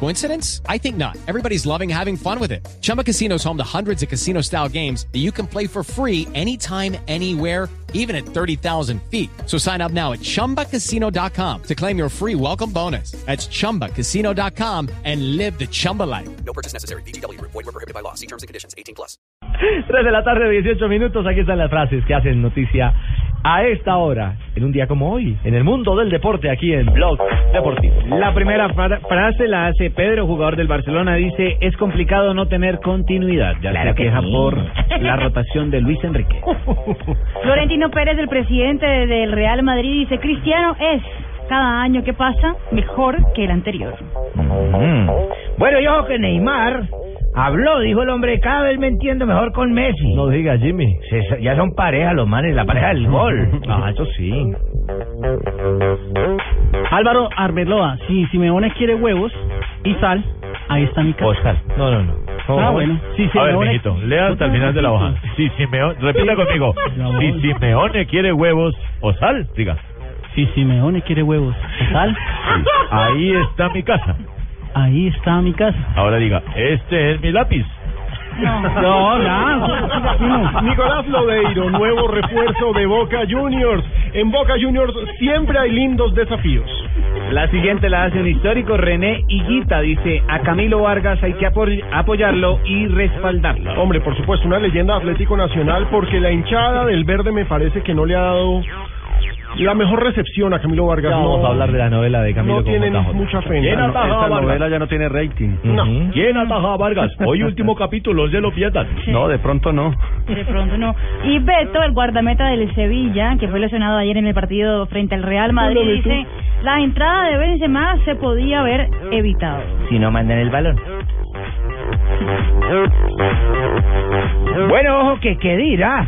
Coincidence? I think not. Everybody's loving having fun with it. Chumba Casino is home to hundreds of casino style games that you can play for free anytime, anywhere even at 30,000 feet. So sign up now at ChumbaCasino.com to claim your free welcome bonus. That's ChumbaCasino.com and live the Chumba life. No purchase necessary. BGW. Void were prohibited by law. See terms and conditions. 18 plus. 3 de la tarde, 18 minutos. Aquí están las frases que hacen noticia a esta hora, en un día como hoy, en el mundo del deporte, aquí en Blog Deportivo. La primera fra- frase la hace Pedro, jugador del Barcelona, dice, es complicado no tener continuidad, ya Claro se que queja sí. por la rotación de Luis Enrique. Florentino Pérez, el presidente del Real Madrid, dice, Cristiano es cada año que pasa mejor que el anterior. Bueno, yo creo que Neymar habló, dijo el hombre, cada vez me entiendo mejor con Messi. No diga, Jimmy. Se- ya son pareja los manes, la pareja del gol. Ah, eso sí. Álvaro Arbeloa, si Simeone quiere huevos y sal, ahí está mi Oscar. No, no, no. Ah, bueno. Si A Simeone... ver, mijito, lea hasta el final de la hoja. Si Simeone, repita conmigo. Si Simeone quiere huevos o sal, diga. Si Simeone quiere huevos y sal, Ahí está mi casa. ahí está mi casa. Ahora diga, este es mi lápiz. No, no. Nicolás Lodeiro, nuevo refuerzo de Boca Juniors. En Boca Juniors siempre hay lindos desafíos. La siguiente la hace un histórico, René Higuita, dice, a Camilo Vargas hay que apo- apoyarlo y respaldarlo. Hombre, por supuesto, una leyenda de Atlético Nacional porque la hinchada del verde me parece que no le ha dado la mejor recepción a Camilo Vargas. Ya vamos No, a hablar de la novela de Camilo no tienen con JJ. mucha fe. en la- esta novela. ya no tiene rating. No. ¿Quién ataja a Vargas? Hoy último capítulo, no se lo pierdan. No, de pronto no. De pronto no. Y Beto, el guardameta del Sevilla, que fue lesionado ayer en el partido frente al Real Madrid, dice, la entrada de Benzema se podía haber evitado. Si no mandan el balón. Bueno, ojo que qué dirá.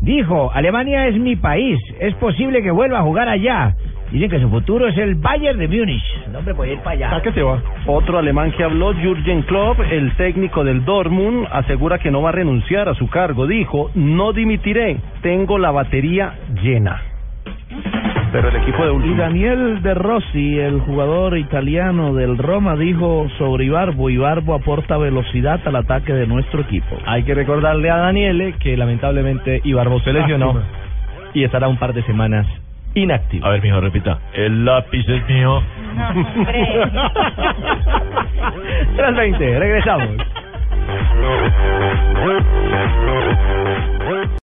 Dijo, Alemania es mi país, es posible que vuelva a jugar allá. Dicen que su futuro es el Bayern de Múnich. El hombre puede ir para allá. ¿A qué se va? Otro alemán que habló, Jürgen Klopp, el técnico del Dortmund, asegura que no va a renunciar a su cargo. Dijo, no dimitiré, tengo la batería llena. Pero el equipo de Y Daniel De Rossi, el jugador italiano del Roma, dijo sobre Ibarbo, Ibarbo aporta velocidad al ataque de nuestro equipo. Hay que recordarle a Daniele que lamentablemente Ibarbo se lesionó y estará un par de semanas inactivo. A ver, mijo, repita. El lápiz es mío. No, hombre. 3.20, regresamos.